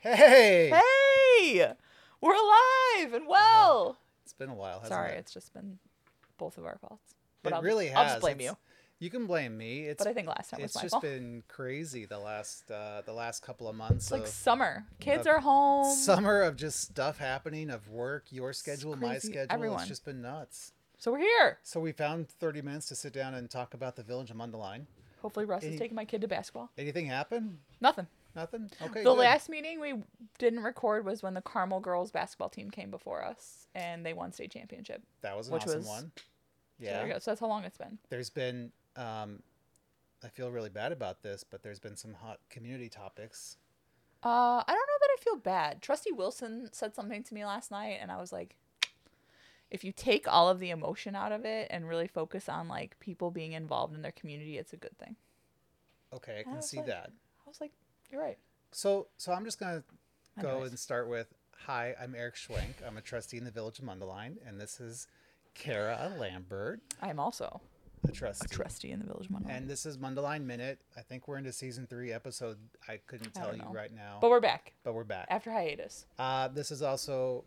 Hey! Hey! We're alive and well. It's been a while, hasn't Sorry, it? it's just been both of our faults. it I'll, really I'll has. just blame It's- you. You can blame me. It's But I think last time was it's my just fault. been crazy the last uh, the last couple of months. It's like of summer. Kids the are home. summer of just stuff happening of work, your schedule, my crazy. schedule. Everyone. It's just been nuts. So we're here. So we found 30 minutes to sit down and talk about the village of Mundelein. Hopefully Russ Any- is taking my kid to basketball. Anything happen? Nothing. Nothing. Okay. the good. last meeting we didn't record was when the Carmel girls basketball team came before us and they won state championship. that was an which awesome was- one. So there Yeah. you go. So that's how long it's been. there's been um i feel really bad about this but there's been some hot community topics Uh, I don't know that I feel bad. Trusty Wilson said something to me last night, and I was like, if you take all of the emotion out of it and really focus on like people being involved in their community, it's a good thing. okay i I can was see like- that I was like, you're right. so so i'm just gonna go Anyways. and start with hi i'm eric schwenk i'm a trustee in the village of mundelein and this is kara lambert I'm also a trustee a trustee in the village of Monroe. and this is mundelein minute i think we're into season three episode i couldn't I tell don't you know. right now But we're back but we're back after hiatus. Uh, this is also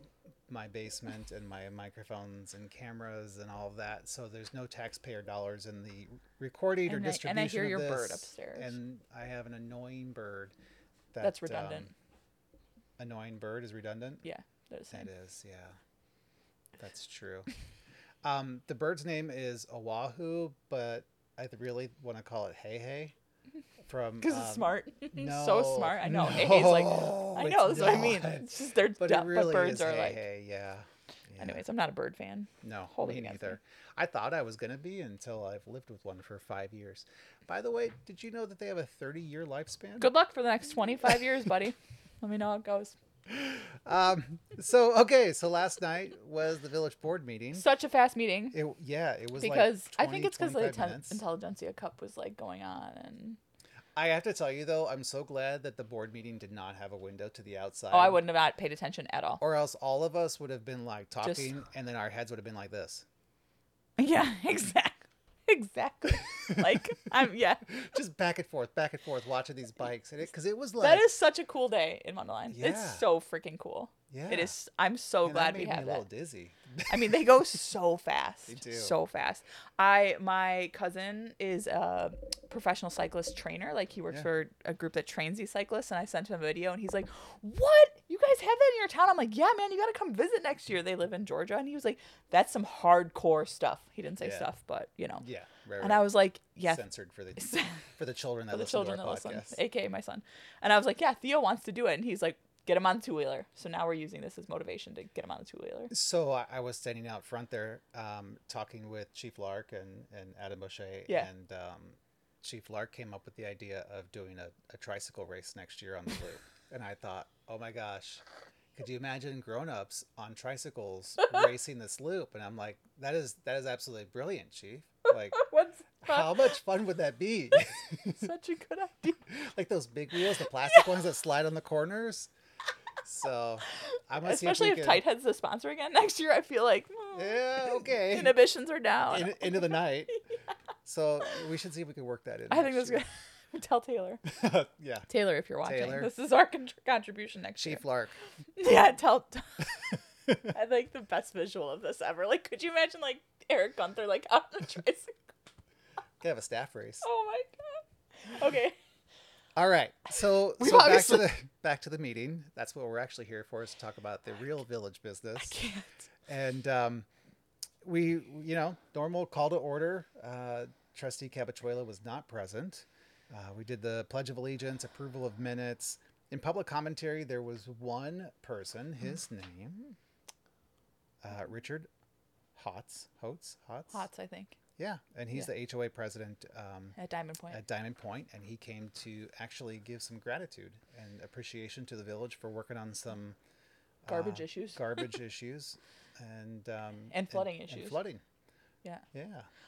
my basement and my microphones and cameras and all of that. So there's no taxpayer dollars in the recording or And I- and I distribution. hear of your this. bird upstairs. And I have an annoying bird. That, That's um, redundant. annoying bird is redundant. yeah, they're the same. It is, yeah. That's true. um, the bird's name is Oahu, but I really want to call it Hey Hey. From Because it's um, smart. no, so smart. I know. Hey, Hey's like, no, I know. That's it's what I mean. not. It's just they're But dumb. it really but birds is are hey, like. hey, yeah. yeah. Anyways, I'm not a bird fan. no, hold it me against neither. I thought I was gonna be until I've lived with one for five years. By the way, did you know that they have a thirty-year lifespan? Good luck for the next 25 years, buddy. Let me know how it goes. Um. So okay. So last night was the village board meeting. Such a fast meeting. It, yeah, it was like because I think 20, it's because the 25 Intel- minutes. Intelligentsia Cup was like going on, and I have to tell you though, I'm so glad that the board meeting did not have a window to the outside. oh, I wouldn't have not paid attention at all. Or else all of us would have been like talking, and then our heads would have been like this. yeah, exactly, exactly. like I'm yeah. just back and forth, back and forth, watching these bikes, and it because it was like That is such a cool day in Mundelein. Yeah. It's so freaking cool. yeah, It is. I'm so And glad that we made me have a that. little dizzy. I mean, they go so fast. They do. So fast. I my cousin is a professional cyclist trainer. Like he works Yeah. for a group that trains these cyclists. And I sent him a video, and he's like, "What? You guys have that in your town?" I'm like, "Yeah, man. You got to come visit next year." They live in Georgia, and he was like, "That's some hardcore stuff." He didn't say Yeah. stuff, but you know. Yeah, right, And I was like, "Yeah." censored for the for the children that For the listen children to that our listen, podcast. aka my son. And I was like, "Yeah, Theo wants to do it," and he's like, "Get him on the two wheeler." So now we're using this as motivation to get him on the two wheeler. So I, I was standing out front there, um, talking with Chief Lark and and Adam Boucher, Yeah. and um, Chief Lark came up with the idea of doing a, a tricycle race next year on the loop, and I thought, oh my gosh. Could you imagine grown-ups on tricycles racing this loop? And I'm like, that is that is absolutely brilliant, Chief. Like, What's How much fun would that be? such a good idea? like those big wheels, the plastic ones that slide on the corners. So I'm gonna Especially see if if, we Tight can, Head's the sponsor again next year, I feel like mm, Yeah, okay. inhibitions are down. In- into the night. So we should see if we can work that in. I think that's next good. Tell Taylor. year. good. yeah. Taylor, if you're watching, Taylor. this is our con- contribution next Chief Lark. year. Yeah, tell. I like the best visual of this ever. Like, could you imagine like Eric Gunther like on a tricycle? Could have a staff race. Oh my god. Okay. All right. So, We've so back to obviously- the back to the meeting. That's what we're actually here for is to talk about the real village business. I can't. and um, we, you know, normal call to order. Uh, Trustee Cabachuela was not present. Uh, we did the Pledge of Allegiance, approval of minutes. In public commentary, there was one person. His name, uh, Richard Hotz. Hotz. Hotz. Hots, I think, Yeah, and he's the HOA president um, at Diamond Point. at Diamond Point, and he came to actually give some gratitude and appreciation to the village for working on some Garbage uh, issues. garbage issues, and um, flooding issues. flooding, yeah. yeah,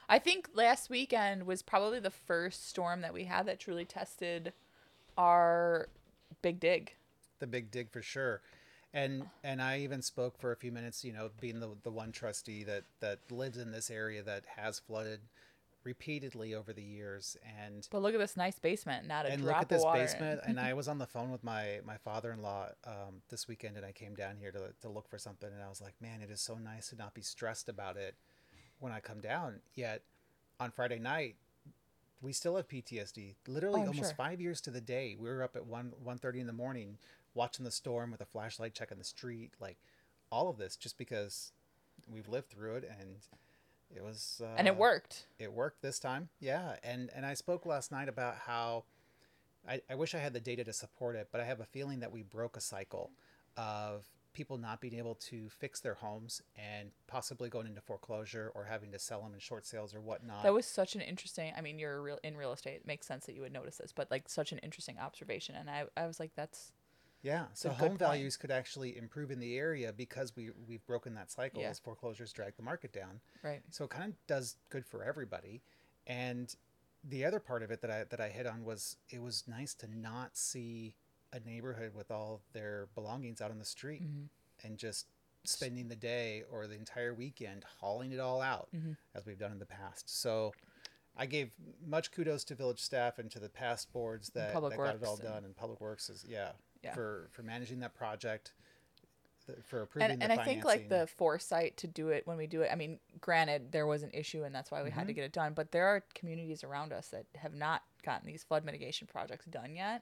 I think last weekend was probably the first storm that we had that truly tested our big dig. the big dig for sure. And and I even spoke for a few minutes, you know, being the the one trustee that that lives in this area that has flooded repeatedly over the years and But look at this nice basement, not a and drop look at this of water. in it. basement and i was on the phone with my my father-in-law um, this weekend and i came down here to, to look for something and i was like man it is so nice to not be stressed about it when i come down yet on friday night we still have ptsd literally Oh, I'm almost sure. five years to the day we were up at 1 1.30 in the morning watching the storm with a flashlight checking the street like all of this just because we've lived through it and it was uh, and it worked. it worked this time yeah and and i spoke last night about how I, I wish i had the data to support it but i have a feeling that we broke a cycle of people not being able to fix their homes and possibly going into foreclosure or having to sell them in short sales or whatnot That was such an interesting. I mean, you're real in real estate. It makes sense that you would notice this, but like such an interesting observation. And I, I was like, that's yeah so a good home point. values could actually improve in the area because we we've broken that cycle Yeah. as foreclosures drag the market down right. so it kind of does good for everybody and the other part of it that i that i hit on was it was nice to not see a neighborhood with all their belongings out on the street Mhm. and just spending the day or the entire weekend hauling it all out Mhm. as we've done in the past so i gave much kudos to village staff and to the past boards that, Public that got it Works all and- done and public works is yeah, Yeah. for for managing that project th- for approving And, the and I think like financing. the foresight to do it when we do it. I mean, granted, there was an issue, and that's why we Mm-hmm. had to get it done. But there are communities around us that have not gotten these flood mitigation projects done yet,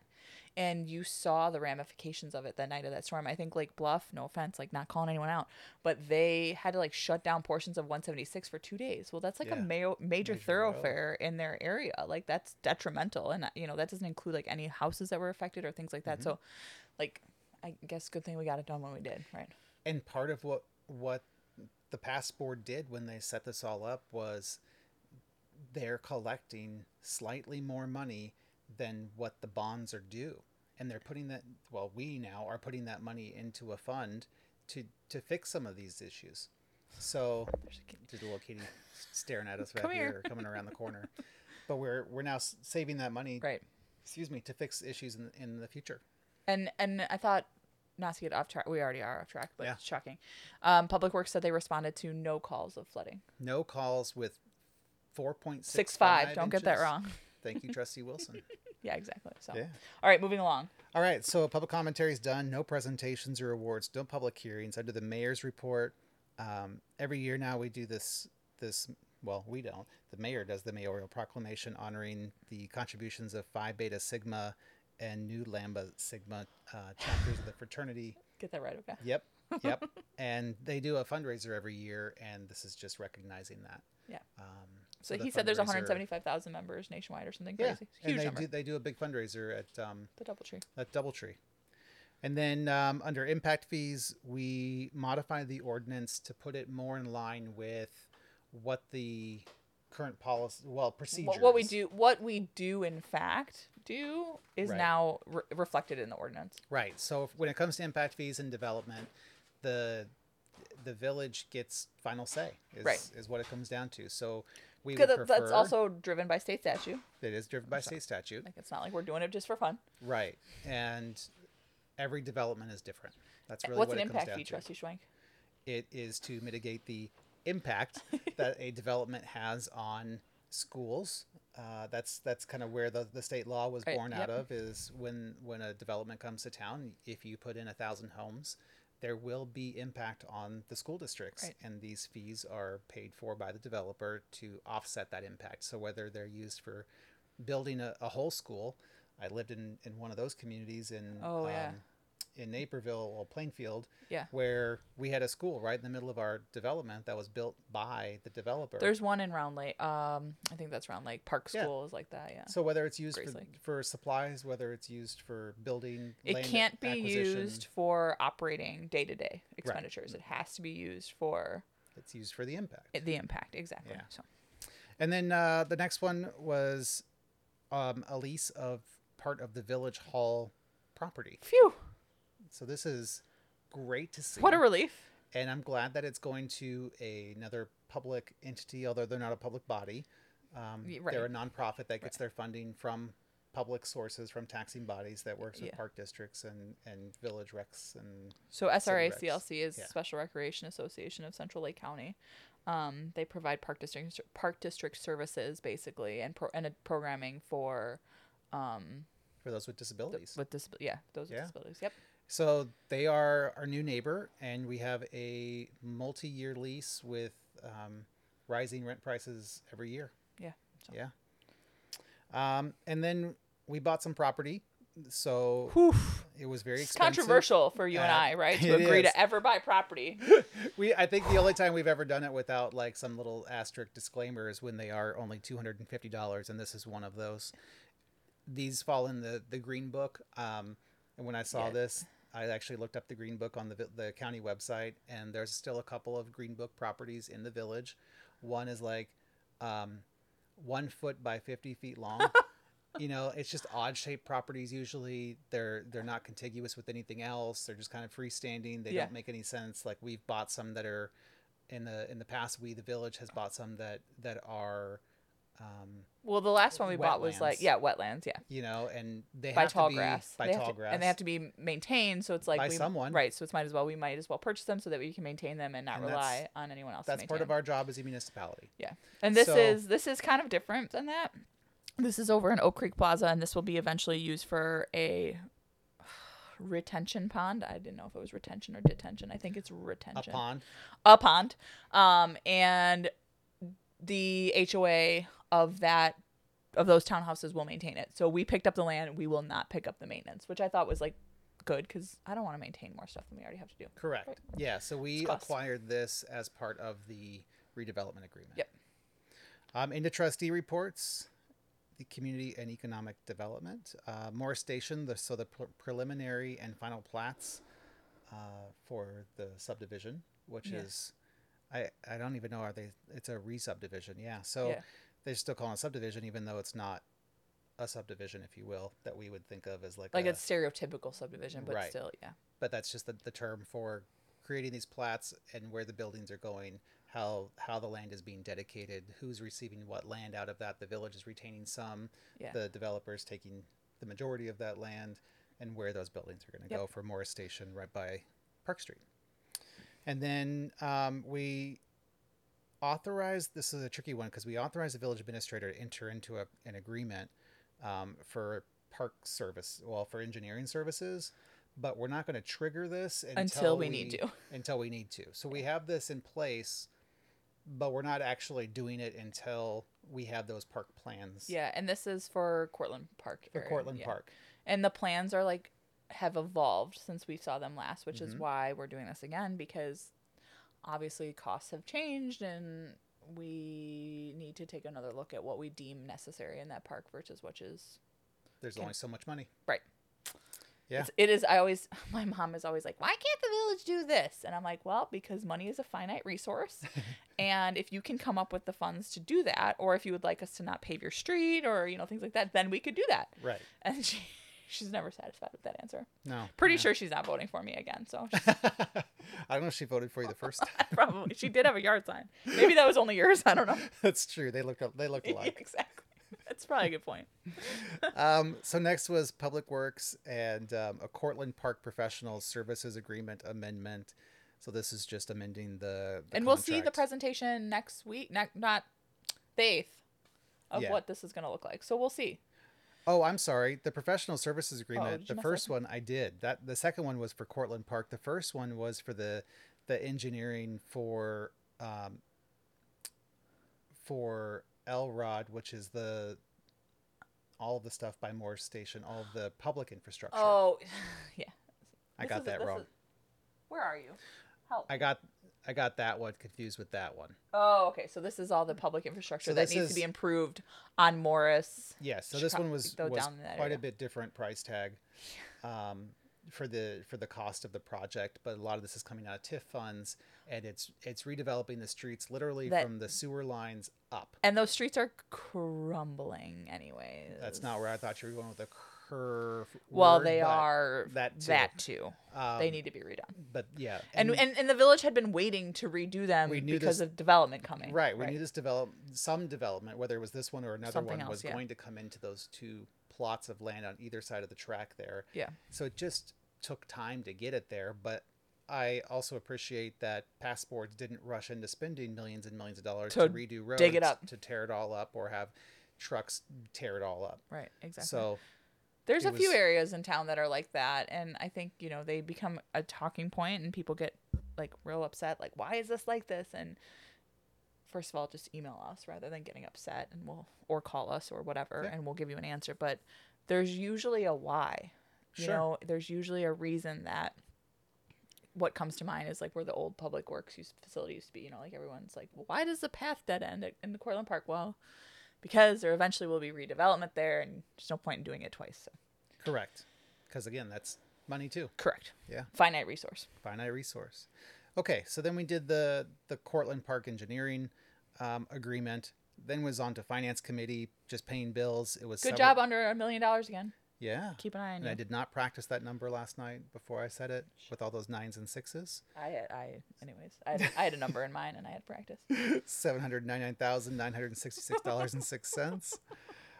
and you saw the ramifications of it that night of that storm. I think Lake Bluff, no offense, like not calling anyone out, but they had to like shut down portions of 176 for two days. Well, that's like Yeah. a ma- major Major thoroughfare in their area. Like that's detrimental, and you know that doesn't include like any houses that were affected or things like Mm-hmm. that. So, like. I guess good thing we got it done when we did, right? and part of what what the past board did when they set this all up was they're collecting slightly more money than what the bonds are due and they're putting that well we now are putting that money into a fund to to fix some of these issues so there's a little kitty staring at us right Come here, here. coming around the corner but we're we're now s- saving that money Right. excuse me to fix issues in, in the future And and I thought not to get off track. We already are off track, but Yeah. it's shocking. Um, Public Works said they responded to no calls of flooding. no calls with 4.65 Six five. Don't get that inches. wrong. Thank you, Trustee Wilson. Yeah, exactly. So, Yeah. all right, moving along. All right, so public commentary is done. No presentations or awards. No public hearings under the mayor's report. Um, every year now we do this. This well, we don't. The mayor does the mayoral proclamation honoring the contributions of Phi Beta Sigma and Nu Lambda Sigma uh, chapters of the fraternity. Get that right, okay? Yep, yep. and they do a fundraiser every year, and this is just recognizing that. Yeah. Um, So, the he said there's fundraiser- 175,000 members nationwide or something Yeah, crazy. Huge and they number. do they do a big fundraiser at um, The double tree. at DoubleTree. And then um, under impact fees, we modify the ordinance to put it more in line with what the current policy, well, procedure. What, what we is. do, what we do in fact do, is Right. now re- reflected in the ordinance. Right. So if, when it comes to impact fees and development, the the village gets final say. Is, Right. Is what it comes down to. So we would Because prefer. that's also driven by state statute. it is driven by state statute. Like it's not like we're doing it just for fun. Right. And every development is different. That's really What's what an it comes impact down fee, to. Trustee Schwank? it is to mitigate the impact that a development has on schools. Uh, that's that's kind of where the, the state law was Right, born yep. out of is when when a development comes to town, if you put in a thousand homes, there will be impact on the school districts, Right. and these fees are paid for by the developer to offset that impact. So whether they're used for building a, a whole school, I lived in in one of those communities in um, Oh, yeah. in Naperville or Plainfield, Yeah. where we had a school right in the middle of our development that was built by the developer. There's one in Round Lake. Um, I think that's Round Lake Park Yeah. School is like that. Yeah. so whether it's used Grace for, Lake. for supplies, whether it's used for building, It land can't be acquisition, used for operating day to day expenditures. It has to be used for It's used for the impact. i- the impact. Exactly. Yeah. So And then uh, the next one was um, a lease of part of the Village Hall property. phew. So this is great to see. What a relief. and I'm glad that it's going to a, another public entity, although they're not a public body. Um, Ye- They're a right. nonprofit that gets their funding from public sources from taxing bodies that works with Yeah. park districts and, and village recs and So SRA recs. CLC is Yeah. Special Recreation Association of Central Lake County. Um, they provide park district park district services basically and pro, and a programming for um for those with th- disabilities. with disab- yeah those with Yeah. disabilities. Yep. So they are our new neighbor, and we have a multi-year lease with um, rising rent prices every year. Yeah, so. Yeah. Um, and then we bought some property, so it was very It's expensive. controversial for you and Uh, I, right? To it agree is. to ever buy property. We, I think the only time we've ever done it without like some little asterisk disclaimer is when they are only two hundred and fifty dollars, and this is one of those. These fall in the the green book. Um, and when I saw Yeah. this, I actually looked up the green book on the vi- the county website, and there's still a couple of green book properties in the village. One is like, um, one foot by fifty feet long. you know, it's just odd shaped properties. Usually, they're they're not contiguous with anything else. They're just kind of freestanding. They Yeah. don't make any sense. Like we've bought some that are in the in the past. We the village has bought some that that are, um, Well, the last one we bought was Wetlands. like yeah, wetlands, yeah. you know, and they by have tall to be grass. by They have tall to- grass, And they have to be maintained, so it's like By we, someone. Right, so it's might as well we might as well purchase them so that we can maintain them and not And that's- rely on anyone else. to That's maintain part them. of our job as a municipality. Yeah. And this So- is this is kind of different than that. This is over in Oak Creek Plaza and this will be eventually used for a retention pond. I didn't know if it was retention or detention. I think it's retention. Upon A pond. Um and the HOA of that of those townhouses will maintain it. So we picked up the land, we will not pick up the maintenance, which I thought was like good cuz I don't want to maintain more stuff than we already have to do. correct, yeah. So we It's cost. acquired this as part of the redevelopment agreement. Yep. Um, into trustee reports, the community and economic development, uh, Morris Station, the, so the pre- preliminary and final plats uh, for the subdivision, which Yeah. is, I, I don't even know, are they, it's a re subdivision. Yeah. So Yeah. they're still calling it subdivision, even though it's not a subdivision, if you will, that we would think of as like, Like a, it's stereotypical subdivision, but Right. still, yeah. but that's just the, the term for creating these plats and where the buildings are going how how the land is being dedicated who's receiving what land out of that the village is retaining some Yeah. the developers taking the majority of that land and where those buildings are going to Yep. go for morris station right by park street and then um, we authorized this is a tricky one because we authorized the village administrator to enter into a, an agreement um, for park service well for engineering services but we're not going to trigger this until, Until we need to. until we need to so we have this in place but we're not actually doing it until we have those park plans Yeah, and this is for Cortland Park. for area, Cortland yeah. Park. And the plans are like have evolved since we saw them last, which is Mhm. why we're doing this again because obviously costs have changed and we need to take another look at what we deem necessary in that park versus which is There's Okay. only so much money. Yeah. it's, it is I always my mom is always like, "Why can't the village do this?" And I'm like, "Well, because money is a finite resource." and if you can come up with the funds to do that or if you would like us to not pave your street or, you know, things like that, then we could do that. Right. and she she's never satisfied with that answer. No. Pretty no. sure she's not voting for me again. So she I don't know if she voted for you the first time. probably she did have a yard sign. Maybe that was only yours. I don't know. That's true. They looked they looked Yeah, alike. exactly. That's probably a good point. um, so next was Public Works and um, a Cortland Park Professional Services Agreement amendment. So this is just amending the, the and we'll see the contract. presentation next week. Ne- not the eighth of Yeah. what this is going to look like. So we'll see. Oh, I'm sorry. The professional services agreement. Oh, did you the mess first one I did. That the second one was for Cortland Park. The first one was for the the engineering for um, for Elrod, which is the all of the stuff by Morris Station, all of the public infrastructure. Oh, yeah. I This got is- that this wrong. is- where are you? Help. I got I got that one confused with that one. oh, okay. So this is all the public infrastructure So that this needs is- to be improved on Morris. Yeah, so this Chica- one was, though was down in that quite area. a bit different price tag um, for the for the cost of the project, but a lot of this is coming out of TIF funds, and it's it's redeveloping the streets literally That- from the sewer lines up. And those streets are crumbling anyway. That's not where I thought you were going with the curve. Well, word, they but, are that too. That too. Um, they need to be redone. but yeah, And, and and the village had been waiting to redo them We knew because this- of development coming. right, we knew this develop some development, whether it was this one or another Something one, else, was yeah. going to come into those two plots of land on either side of the track there. Yeah. So it just took time to get it there, but I also appreciate that passports didn't rush into spending millions and millions of dollars To to, redo roads, dig it up. to tear it all up, or have trucks tear it all up. Right. Exactly. So There's it a few was- areas in town that are like that, and I think you know they become a talking point, and people get like real upset, like why is this like this? And first of all, just email us rather than getting upset, and we'll or call us or whatever, Yeah. and we'll give you an answer. But there's usually a why. You Sure. know, there's usually a reason that what comes to mind is like where the old public works used, facility used to be. You know, like everyone's like, well, why does the path dead end at- in the Cortland Park? Well, because there eventually will be redevelopment there, and there's no point in doing it twice. So. correct, because again, that's money too. Correct. Yeah. Finite resource. finite resource. Okay, so then we did the the Cortland Park engineering um, agreement. Then was on to finance committee, just paying bills. It was Good several- job under a million dollars again. Yeah, Keep an eye on and you. I I, did not practice that number last night before I said it with all those nines and sixes. had, I, anyways, I had, I had a number in mind and I had practice. Seven hundred ninety nine thousand nine hundred sixty six dollars and six cents.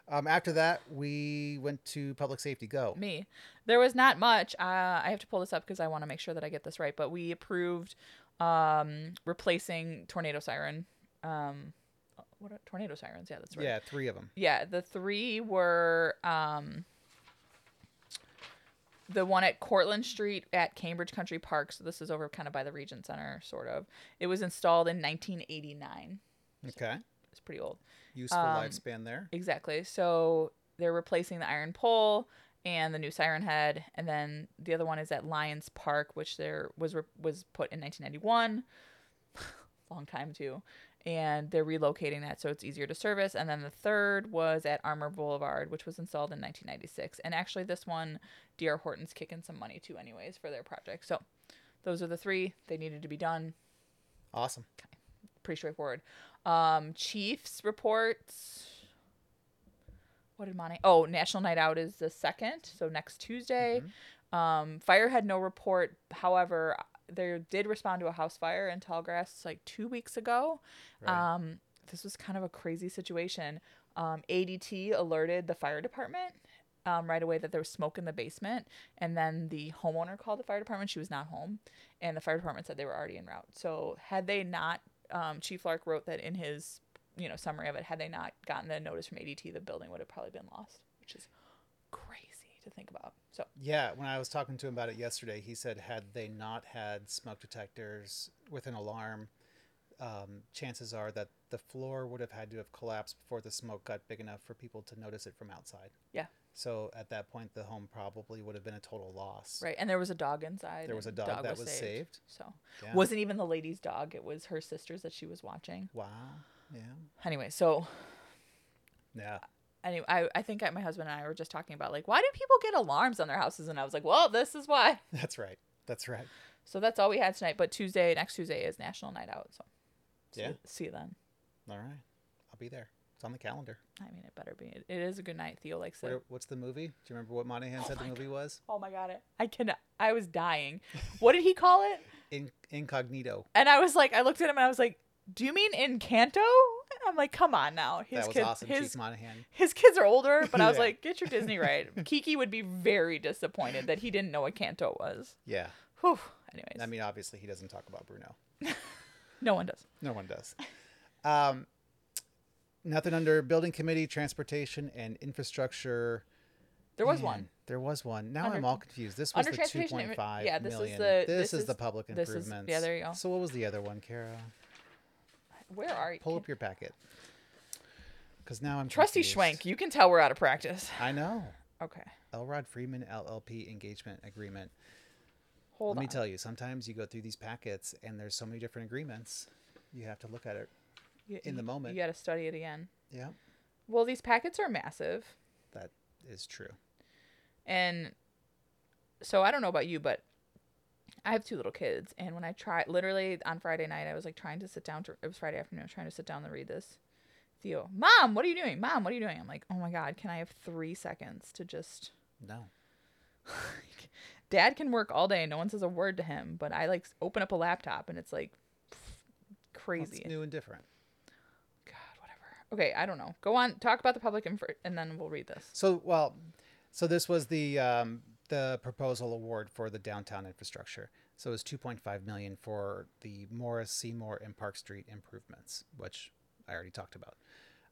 Um, after that, we went to public safety. Go. Me, there was not much. Uh, I have to pull this up because I want to make sure that I get this right. But we approved um, replacing tornado siren. Um, what are, tornado sirens? Yeah, that's right. Yeah, three of them. Yeah, the three were um the one at Cortland Street at Cambridge Country Park. So this is over kind of by the Regent Center, sort of. It was installed in 1989. Okay, It's pretty old. useful Um, lifespan there. Exactly. So they're replacing the iron pole and the new siren head, and then the other one is at Lions Park, which there was re- was put in 1991. Long time too, and they're relocating that so it's easier to service. And then the third was at Armor Boulevard, which was installed in 1996. And actually, this one, D.R. Horton's kicking some money too, anyways, for their project. So those are the three they needed to be done Awesome. pretty straightforward. Um, Chiefs reports. What did Monty? Oh, National Night Out is the second, so next Tuesday. Um, fire had no report. However, they did respond to a house fire in Tallgrass like two weeks ago. Right. Um, this was kind of a crazy situation. Um, ADT alerted the fire department um, right away that there was smoke in the basement. And then the homeowner called the fire department. She was not home. And the fire department said they were already en route. So, had they not, um, Chief Lark wrote that in his you know summary of it, had they not gotten the notice from ADT, the building would have probably been lost, which is crazy to think about. So, Yeah, when I was talking to him about it yesterday, he said had they not had smoke detectors with an alarm, um, chances are that the floor would have had to have collapsed before the smoke got big enough for people to notice it from outside. Yeah. So at that point, the home probably would have been a total loss. right. And there was a dog inside. There was a and dog, that was saved. So, Yeah. wasn't even the lady's dog, it was her sister's that she was watching. Wow. Yeah. Anyway, so Yeah. anyway, I, I think I, my husband and I were just talking about like, why do people get alarms on their houses? And I was like, well, this is why. That's right. That's right. So that's all we had tonight. But Tuesday, next Tuesday is National Night Out. So see, Yeah. see you then. All right. I'll be there. It's on the calendar. I mean, it better be. It, it is a good night. Theo likes it. What, what's the movie? Do you remember what Monahan said the my movie was? oh my god, I, I can. I was dying. What did he call it? In, incognito. And I was like, I looked at him and I was like, do you mean Encanto? I'm like, come on now. His that was kids, awesome, his Chief Monahan. his kids are older, but I was Yeah. like, get your Disney right. Kiki would be very disappointed that he didn't know what Canto was. Yeah. Whew. Anyways, I mean, obviously, he doesn't talk about Bruno. no one does. No one does. Um, nothing under building committee, transportation, and infrastructure. There was Man, one. There was one. Now I'm Under- all confused. This was under the transportation, 2.5 million. yeah, this is the- This, this is, is- the public this is- yeah, improvements. there you go. So what was the other one, Kara? Where are you? Pull up your packet. Because now I'm Trusty confused. Schwank, you can tell we're out of practice. I know. Okay. Elrod Freeman LLP engagement agreement. Hold Let on. me tell you, sometimes you go through these packets and there's so many different agreements. You have to look at it. You- in the you- moment. You got to study it again. Yeah, Well, these packets are massive. that is true. And so I don't know about you, but I have two little kids. And when I try, literally on Friday night, I was like trying to sit down to, it was Friday afternoon, I was trying to sit down and read this. Theo, Mom, what are you doing? Mom, what are you doing? I'm like, oh my God, can I have three seconds to just No. like, dad can work all day no one says a word to him but i like open up a laptop and it's like pff, What's crazy new and different? god whatever Okay, I don't know. Go on, talk about the public inf- and then we'll read this. So, well, so this was the um, the proposal award for the downtown infrastructure. So it was 2.5 million for the Morris, Seymour, and Park Street improvements, which I already talked about.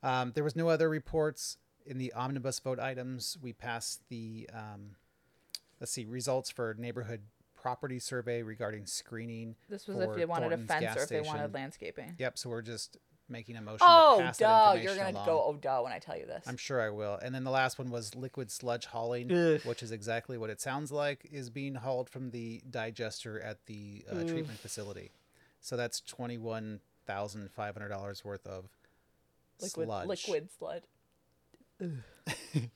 Um, there was no other reports in the omnibus vote items. We passed the um, let's see results for neighborhood property survey regarding screening. This was for if they wanted Thornton's a fence gas or if they wanted station. landscaping. Yep. So we're just making a motion. to Oh, pass that duh. You're going information to go, oh, along. duh, when I tell you this. I'm sure I will. And then the last one was liquid sludge hauling, Ugh. which is exactly what it sounds like is being hauled from the digester at the uh, treatment facility. So that's twenty one thousand five hundred dollars worth of liquid sludge. liquid sludge. Okay.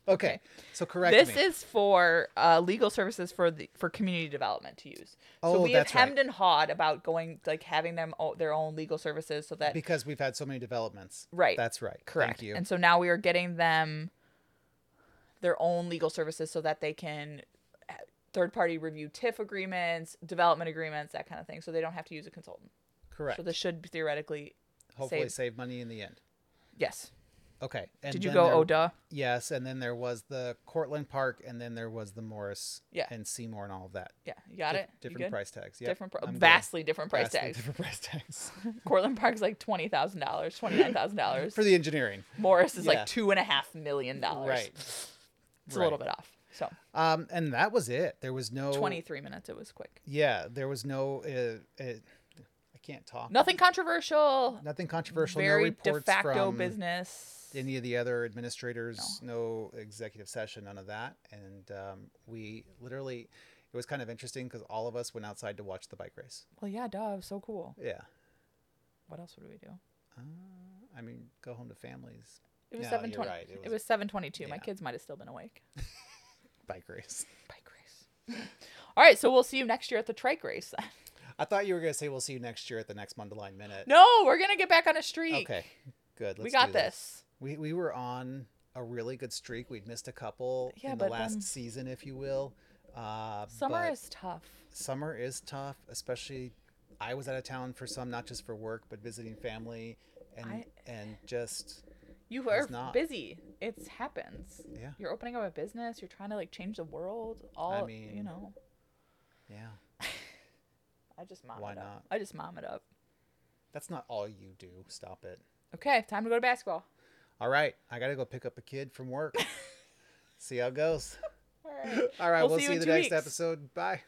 Okay. So correct this me. is for uh, legal services for the for community development to use. so Oh, we have that's right. hemmed and hawed about going like having them o- their own legal services so that because we've had so many developments. Right. That's right. correct. Thank you. And so now we are getting them their own legal services so that they can third party review TIF agreements, development agreements, that kind of thing. So they don't have to use a consultant. correct. So this should theoretically Hopefully save- save. money in the end. yes. Okay. And Did you then go there- oh duh? Yes, and then there was the Cortland Park, and then there was the Morris Yeah. and Seymour and all of that. Yeah, you got Dif- it. You Different good? price tags. Yep, Different, pro- I'm good. vastly different price Vastly tags. Different price tags Cortland Park's like twenty thousand dollars, twenty nine thousand dollars. for the engineering. Morris is Yeah. like two and a half million dollars. Right. It's a little Right. Oh. bit off. So Um, and that was it. There was no twenty three minutes. It was quick. Yeah, there was no. Uh, uh, I can't talk. Nothing controversial. Nothing controversial. no Very de reports facto from business. any of the other administrators, no. executive session, none of that. And um, we literally, it was kind of interesting because all of us went outside to watch the bike race. Well, yeah, duh. It was so cool. Yeah. What else would we do? Uh, I mean, go home to families. It was Yeah, seven you're twenty. right, it It was, was- seven twenty two. My yeah. kids might have still been awake. Bike race. Bike race. All right, so we'll see you next year at the trike race. then. I thought you were gonna say we'll see you next year at the next Mundelein Minute. no, we're gonna get back on a streak. Okay. Good. Let's we got do this. We we were on a really good streak. We'd missed a couple Yeah, in the but, last um, season, if you will. Uh, Summer but is tough. summer is tough, especially. I was out of town for some, not just for work, but visiting family, and I- and just You are not. busy. It happens. Yeah. You're opening up a business. You're trying to like change the world. All mean, you know. yeah. I just mom why it not? up. I just mom it up. That's not all you do. Stop it. Okay, time to go to basketball. All right, I gotta go pick up a kid from work. see how it goes. All right. All right, We'll we'll see see you in you the two next weeks. episode. Bye.